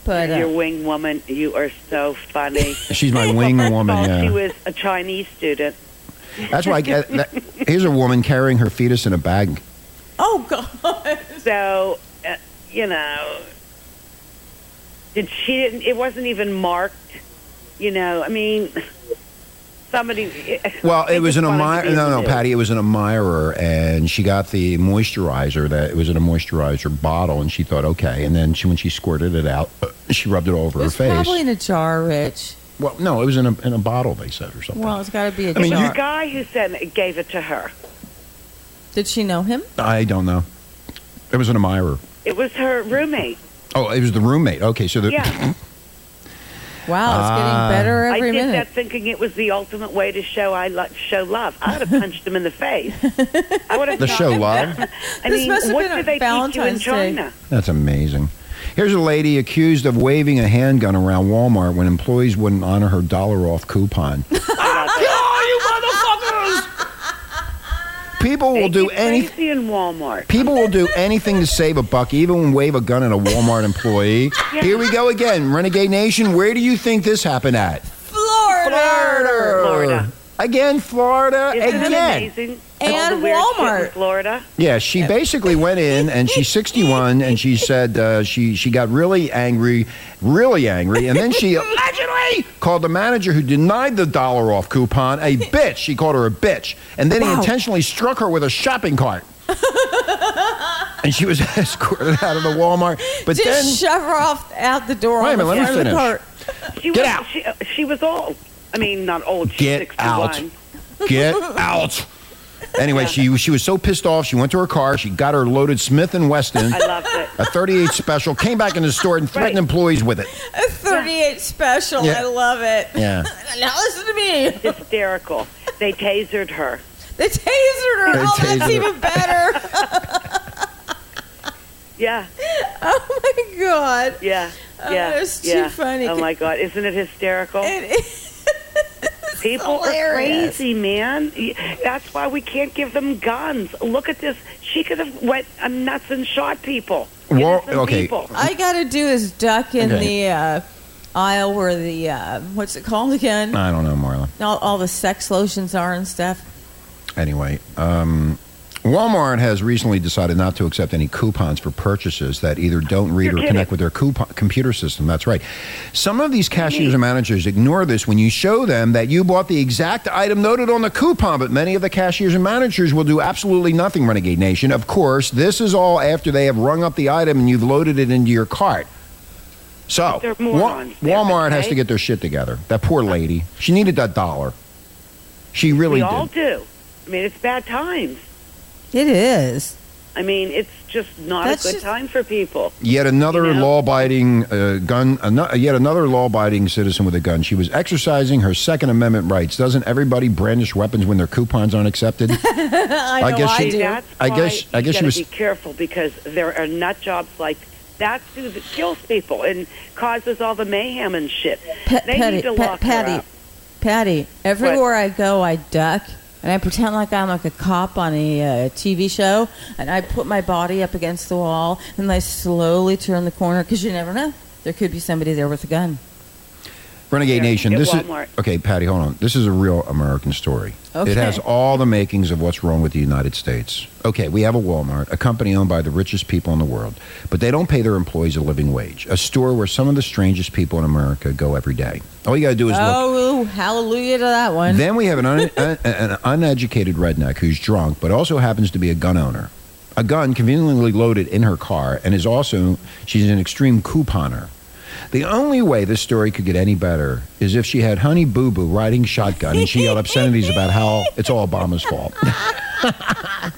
G: but
H: You're
G: uh,
H: wing woman. You are so funny.
E: She's my wing woman.
H: Thought She
E: Yeah.
H: was a Chinese student.
E: That's why. I, get- that, here's a woman carrying her fetus in a bag.
G: oh god,
H: So, uh, you know, did she didn't? It wasn't even marked. You know, I mean, somebody.
E: Well,
H: I
E: it was
H: just
E: an
H: wanted to
E: admirer.
H: be
E: No, no,
H: rude.
E: Patty. It was an admirer, and she got the moisturizer that it was in a moisturizer bottle, and she thought, okay. And then she, when she squirted it out, uh, she rubbed it all over
G: it
E: her
G: was
E: face.
G: probably in a jar, Rich.
E: well, no, it was in a in a bottle. They said or something.
G: Well, it's got to be a
E: I mean,
H: It was
E: you-
G: jar.
H: the guy who said gave it to her.
G: Did she know him?
E: I don't know. It was an admirer.
H: It was her roommate.
E: Oh, it was the roommate. Okay, so the
H: Yeah.
G: Wow, it's
E: Ah.
G: getting better every
H: I did
G: minute.
H: that thinking it was the ultimate way to show I lo- show love. I would have punched him in the face. I would have
E: the
H: thought-
E: show love.
H: I
G: This
H: mean,
G: must have
H: what
G: been
H: do
G: on
H: they teach you
G: Valentine's
H: in
G: Day.
H: China?
E: That's amazing. Here's a lady accused of waving a handgun around Walmart when employees wouldn't honor her dollar off coupon.
H: Oh,
E: People will
H: They
E: do
H: get
E: anything.
H: crazy in Walmart.
E: People will do anything to save a buck, even when wave a gun at a Walmart employee. Here we go again, Renegade Nation. Where do you think this happened at?
G: Florida,
H: Florida.
E: Again, Florida.
H: Isn't it
E: again.
H: amazing?
G: And
H: All the weird shit in
G: Walmart.
H: Florida.
E: Yeah, she basically went in and she's 61 and she said uh, she she got really angry, really angry, and then she allegedly called the manager who denied the dollar off coupon a bitch. She called her a bitch, and then he
G: Wow.
E: intentionally struck her with a shopping cart. and she was escorted out of the Walmart. But
G: just
E: then
G: shove her off out the door
E: Wait a
G: on the
E: minute, let me
G: front of the
E: finish.
G: cart.
H: She
E: Get
H: was,
E: out.
H: She, she was old. I mean, not old. She's
E: Get
H: 61.
E: out. get out. Anyway, she she was so pissed off. She went to her car. She got her loaded Smith and Wesson,
H: I loved it.
E: a 38 special. Came back in the store and threatened employees with it.
G: A 38 special.
E: Yeah.
G: I love it.
E: Yeah.
G: now listen to me.
H: Hysterical. They tasered her.
G: They tasered her.
E: They
G: oh, that's
E: tasered her.
G: even better.
H: Yeah,
G: oh my god.
H: yeah,
G: Oh,
H: yeah.
G: that's too
H: yeah.
G: funny.
H: Oh my God, isn't it hysterical?
G: It is.
H: People are
G: hilarious.
H: crazy, man. Y- That's why we can't give them guns. Look at this. She could have went uh, nuts and shot people.
E: Well,
H: Innocent
E: okay.
H: People.
G: I gotta do is duck in
E: Okay.
G: the uh, aisle where the uh, what's it called again?
E: I don't know, Marla.
G: all, all the sex lotions are and stuff.
E: Anyway, um, Walmart has recently decided not to accept any coupons for purchases that either don't read
H: You're
E: or
H: kidding.
E: connect with their coupon- computer system. That's right. Some of these cashiers and managers ignore this when you show them that you bought the exact item noted on the coupon, but many of the cashiers and managers will do absolutely nothing, Renegade Nation. Of course, this is all after they have rung up the item and you've loaded it into your cart. So,
H: They're
E: Wa-
H: morons. They're
E: Walmart has
H: okay.
E: to get their shit together. That poor lady. She needed that dollar. She really
H: we
E: did.
H: all do. I mean, it's bad times.
G: It is.
H: I mean, it's just not
G: That's
H: a good
G: just-
H: time for people.
E: Yet another
H: You know?
E: law-abiding uh, gun. ano- yet another law-abiding citizen with a gun. She was exercising her Second Amendment rights. Doesn't everybody brandish weapons when their coupons aren't accepted?
G: Uh, I know
E: I
G: I,
E: guess she-
H: See,
G: do.
H: That's
E: I
H: why
E: guess- I
H: you
E: guess she
H: gotta
E: was-
H: be careful because there are nut jobs like that's who that kills people and causes all the mayhem and shit.
G: Pa-
H: they
G: Patty,
H: need to
G: Pa-
H: lock her
G: Patty,
H: up.
G: Patty. Everywhere I go, I duck and I pretend like I'm like a cop on a uh, TV show, and I put my body up against the wall and I slowly turn the corner because you never know. There could be somebody there with a gun.
E: Renegade
H: Yeah,
E: Nation.
H: at
E: This
H: Walmart.
E: is okay, Patty. Hold on. This is a real American story.
G: Okay.
E: It has all the makings of what's wrong with the United States. Okay, we have a Walmart, a company owned by the richest people in the world, but they don't pay their employees a living wage. A store where some of the strangest people in America go every day. All you got to do is look.
G: Oh, hallelujah to that one.
E: Then we have an, un- an, an uneducated redneck who's drunk, but also happens to be a gun owner. A gun conveniently loaded in her car, and is also, she's an extreme couponer. The only way this story could get any better is if she had Honey Boo Boo riding shotgun and she yelled obscenities about how it's all Obama's fault.
G: Honey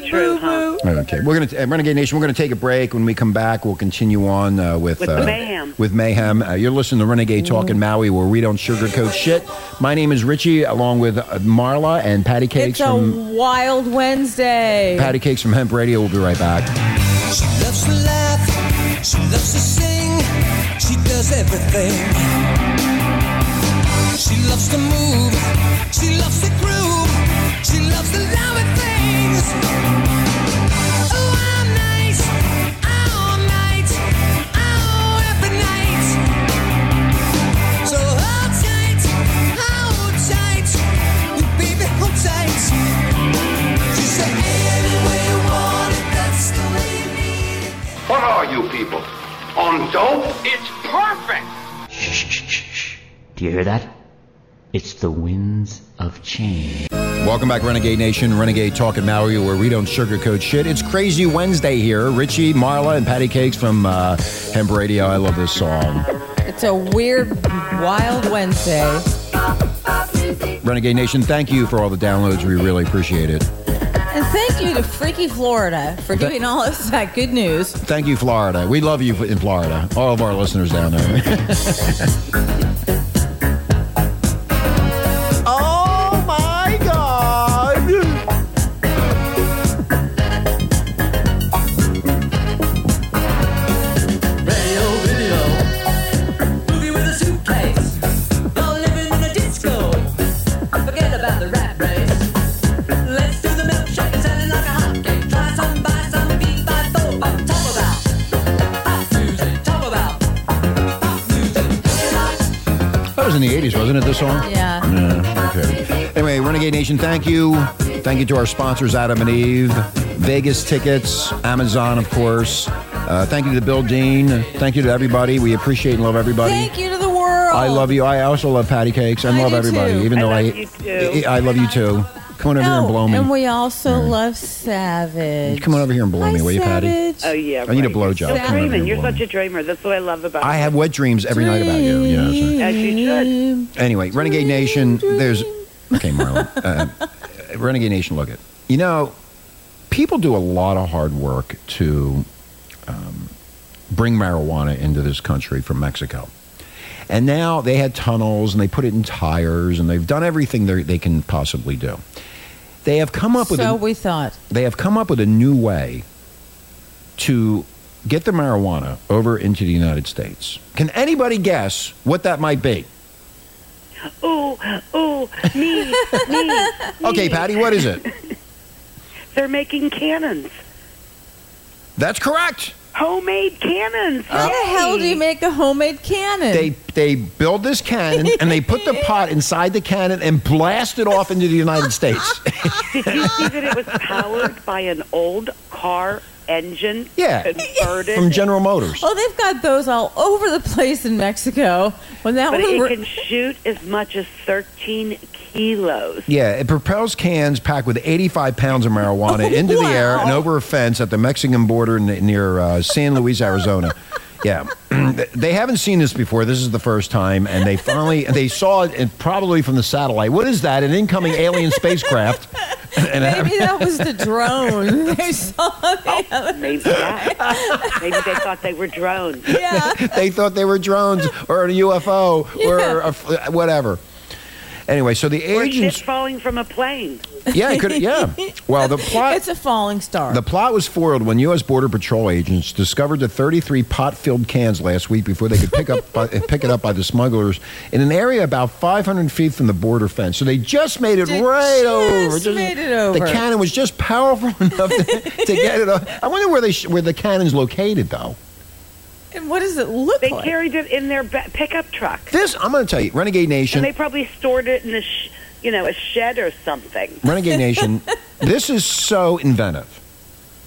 H: So true,
G: boo boo.
E: Okay, we're gonna uh, Renegade Nation. We're gonna take a break. When we come back, we'll continue on uh, with
H: With
E: uh,
H: mayhem.
E: With mayhem. Uh, you're listening to Renegade Talk in Maui, where we don't sugarcoat shit. My name is Richie, along with uh, Marla and Patty Cakes
G: It's a
E: from
G: wild Wednesday.
E: Patty Cakes from Hemp Radio. We'll be right back.
F: She loves to laugh, she loves to sing, she does everything. She loves to move, she loves to groove, she loves the loving things. Oh, I'm nice, all night, all every night. So hold tight, hold tight, baby, hold tight. She said, any way you want it, that's the way you need it.
C: What are you people? On dope? It's perfect!
D: Shh, shh, shh, shh, shh. Do you hear that? It's the winds of change.
E: Welcome back, Renegade Nation. Renegade Talk in Maui, where we don't sugarcoat shit. It's Crazy Wednesday here. Richie, Marla, and Patty Cakes from uh, Hemp Radio. I love this song.
G: It's a weird, wild Wednesday.
E: Renegade Nation, thank you for all the downloads. We really appreciate it.
G: And thank you to Freaky Florida for giving all us that good news.
E: Thank you, Florida. We love you in Florida. All of our listeners down there. oh my God!
F: Radio video. Movie with a suitcase. All living in a disco. Forget about the rat race. Let's do the milkshake and sell it like a hotcake. Try some, buy some, beat by four. Pop, talk about. Pop music, talk about. Pop music, talk about.
E: That was in the 80s, wasn't it, this song?
G: Yeah.
E: Yeah. Okay. Anyway, Renegade Nation, thank you. Thank you to our sponsors, Adam and Eve, Vegas Tickets, Amazon, of course. Uh, thank you to Bill Dean. Thank you to everybody. We appreciate and love everybody.
G: Thank you to the world.
E: I love you. I also love patty cakes and
G: I
E: love
G: do
E: everybody,
G: too.
E: even
H: I
E: though
H: love
E: I
H: you too.
E: I I love you too. Come on over here and blow me.
G: and we also love Savage.
E: Come on over here and blow
G: Hi,
E: me, will you, Patty?
G: Savage.
H: Oh yeah.
E: I need a
H: right.
E: blowjob. Come
H: You're so
E: over
H: dreaming.
E: here,
H: You're
E: woman.
H: such a dreamer. That's what I love about.
E: I
H: you.
E: have wet dreams every night about you. Yeah. that's right.
H: As you should.
E: Anyway, Renegade Nation, there's okay, Marla. Uh, Renegade Nation, look at you know, people do a lot of hard work to um, bring marijuana into this country from Mexico. And now they had tunnels and they put it in tires and they've done everything they they can possibly do. They have come up with
G: so
E: a,
G: we thought.
E: they have come up with a new way to get the marijuana over into the United States. Can anybody guess what that might be?
H: Ooh, ooh, me, me, me.
E: Okay, Patty, what is it?
H: They're making cannons.
E: That's correct.
H: Homemade cannons.
E: Oh.
G: How the hell do you make a homemade cannon?
E: They they build this cannon and they put the pot inside the cannon and blast it off into the United States.
H: Did you see that it was powered by an old car engine?
E: Yeah.
H: Converted.
E: From General Motors.
G: oh, they've got those all over the place in Mexico. When that
H: but
G: one,
H: it can shoot as much as 13 kilos.
E: Yeah, it propels cans packed with 85 pounds of marijuana
G: Oh,
E: into the air
G: wow.
E: and over a fence at the Mexican border n- near uh, San Luis, Arizona. Yeah, they haven't seen this before. This is the first time, and they finally they saw it and probably from the satellite. What is that? An incoming alien spacecraft? And
G: maybe that was the drone. they saw the other.
H: Maybe that. Maybe they thought they were drones.
G: Yeah.
E: they thought they were drones or a UFO or a f uh, whatever. Anyway, so the
H: Or shit
E: agents.
H: falling from a plane.
E: Yeah, it could. Yeah. Well, the plot.
G: It's a falling star.
E: The plot was foiled when U.S. Border Patrol agents discovered the 33 pot-filled cans last week before they could pick up by, pick it up by the smugglers in an area about 500 feet from the border fence. So they just made it
G: They
E: right
G: just
E: over. Just-
G: made it over.
E: The cannon was just powerful enough to, to get it. Up. I wonder where they sh- where the cannon's located though.
G: and what does it look
H: They
G: like?
H: carried it in their ba- pickup truck.
E: This I'm going to tell you, Renegade Nation.
H: And they probably stored it in a, sh- you know, a shed or something.
E: Renegade Nation, this is so inventive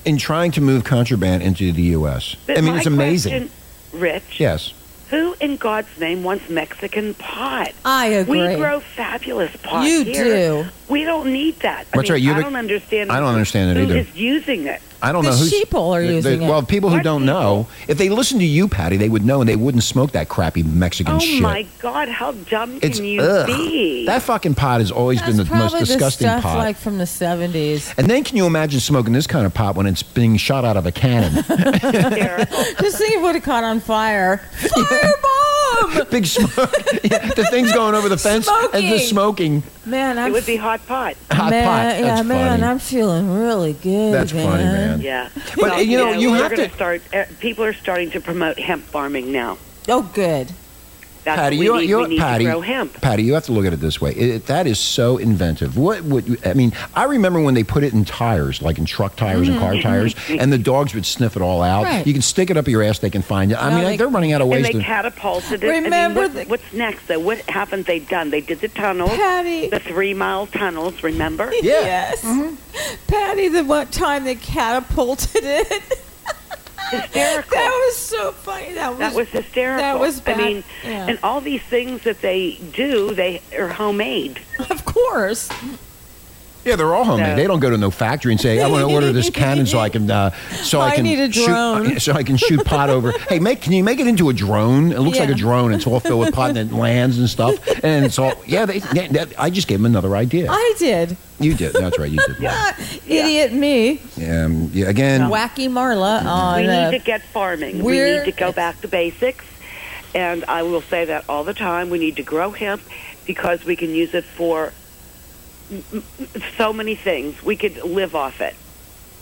E: in trying to move contraband into the U.S.
H: But
E: I mean,
H: my
E: it's amazing.
H: Question, Rich,
E: Yes.
H: who in God's name wants Mexican pot?
G: I agree.
H: We grow fabulous pot
G: You
H: here.
G: do.
H: We don't need that. I
E: That's
H: mean,
E: right, you
H: I
E: have a-
H: don't understand.
E: I don't understand it
H: who
E: either.
H: is using it.
E: I don't
G: The
E: know who's
G: sheeple are
E: the- the-
G: using it.
E: Well, people who
H: What
E: don't know, if they listened to you, Patty, they would know and they wouldn't smoke that crappy Mexican
H: Oh
E: shit.
H: my God! How dumb
E: it's
H: can you
E: ugh.
H: be?
E: That fucking pot has always
G: That's
E: been the most
G: probably
E: disgusting
G: the stuff
E: pot.
G: like from the seventies.
E: and then can you imagine smoking this kind of pot when it's being shot out of a cannon?
H: Hysterical.
G: Just think it would have caught on fire. Firebomb!
E: Big smoke. Yeah, the thing's going over the fence and just smoking
G: Man, I'm
H: it would be hot pot.
E: hot
G: man,
E: pot.
G: Yeah,
E: That's
G: man,
E: funny.
G: I'm feeling really good.
E: That's funny, man.
H: Yeah,
E: But, uh, you know, you
H: we're
E: have
H: gonna
E: to-
H: start. Uh, people are starting to promote hemp farming now.
G: Oh, good.
H: That's
E: Patty,
H: what
E: you,
H: we need.
E: you,
H: we need
E: Patty,
H: to grow hemp.
E: Patty, you have to look at it this way. It, that is so inventive. What would you, I mean? I remember when they put it in tires, like in truck tires and car
H: Mm-hmm.
E: tires, and the dogs would sniff it all out.
G: Right.
E: You can stick it up your ass; they can find it. I
G: No,
E: mean,
G: they-
E: they're running out of
H: And
E: ways to.
H: they catapulted it.
G: Remember
H: I mean,
G: the-
H: what, what's next? Though, what haven't they done? They did the tunnels,
G: Patty.
H: the three-mile tunnels. Remember?
E: Yeah. Mm-hmm.
G: Yes. Patty, the one time they catapulted it.
H: Hysterical.
G: That was so funny. That was,
H: That was hysterical.
G: That was bad.
H: I mean,
G: Yeah.
H: and all these things that they do, they are homemade.
G: of course.
E: yeah, they're all homemade.
H: No.
E: They don't go to no factory and say, "I want to order this cannon so I can uh, so I,
G: I
E: can
G: need a
E: shoot,
G: drone.
E: so I can shoot pot over." Hey, make can you make it into a drone? It looks like a
G: Yeah.
E: drone. It's all filled with pot and it lands and stuff. And it's all yeah. They, they- they- I just gave them another idea.
G: I did.
E: you did. That's right. You did.
G: Ah, Idiot me.
E: Um, yeah, again,
G: Wacky Marla on.
H: we
G: uh,
H: need to get farming. We
G: we're-
H: need to go back to basics. And I will say that all the time. We need to grow hemp because we can use it for m- m- so many things. We could live off it.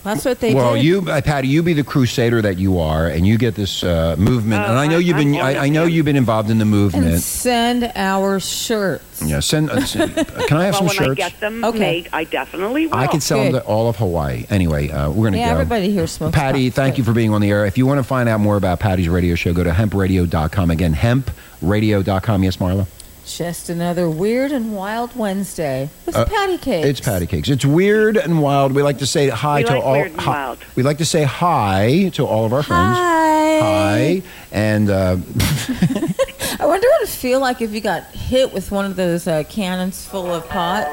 G: that's what they
E: well,
G: did.
E: you, uh, Patty, you be the crusader that you are, and you get this uh, movement.
H: Oh,
E: and I know
H: I-
E: you've been,
H: I'm
E: I, I
H: on it,
E: know
H: man.
E: you've been involved in the
G: and
E: movement.
G: send our shirts.
E: Yeah, send. Uh, s- can I have some
H: well, when I
E: shirts?
H: get Oh, them
G: Okay.
H: made, I definitely will.
E: I could sell them
G: Good.
E: to all of Hawaii. Anyway, uh, we're gonna
G: Yeah,
E: go.
G: everybody here smokes.
E: Patty,
G: pot.
E: thank you for being on the air. If you want to find out more about Patty's radio show, go to hempradio.com. Again, hempradio.com. Yes, Marla?
G: Just another weird and wild Wednesday with
E: Uh,
G: patty cakes.
E: It's Patty Cakes. It's weird and wild. We like to say hi
H: We
E: to
H: like
E: all.
H: weird and
E: hi-
H: wild.
E: We like to say hi to all of our friends.
G: Hi.
E: Hi. And uh,
G: I wonder what it'd feel like if you got hit with one of those uh, cannons full of pot.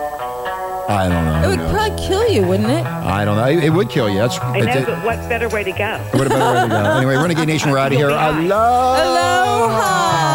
E: I don't know.
G: It would probably kill you, wouldn't it?
E: I don't know. It would kill you. That's.
H: I know,
E: that's
H: but what better way to go?
E: What a better way to go. Anyway, Renegade Nation, we're out of here. I love.
G: Aloha.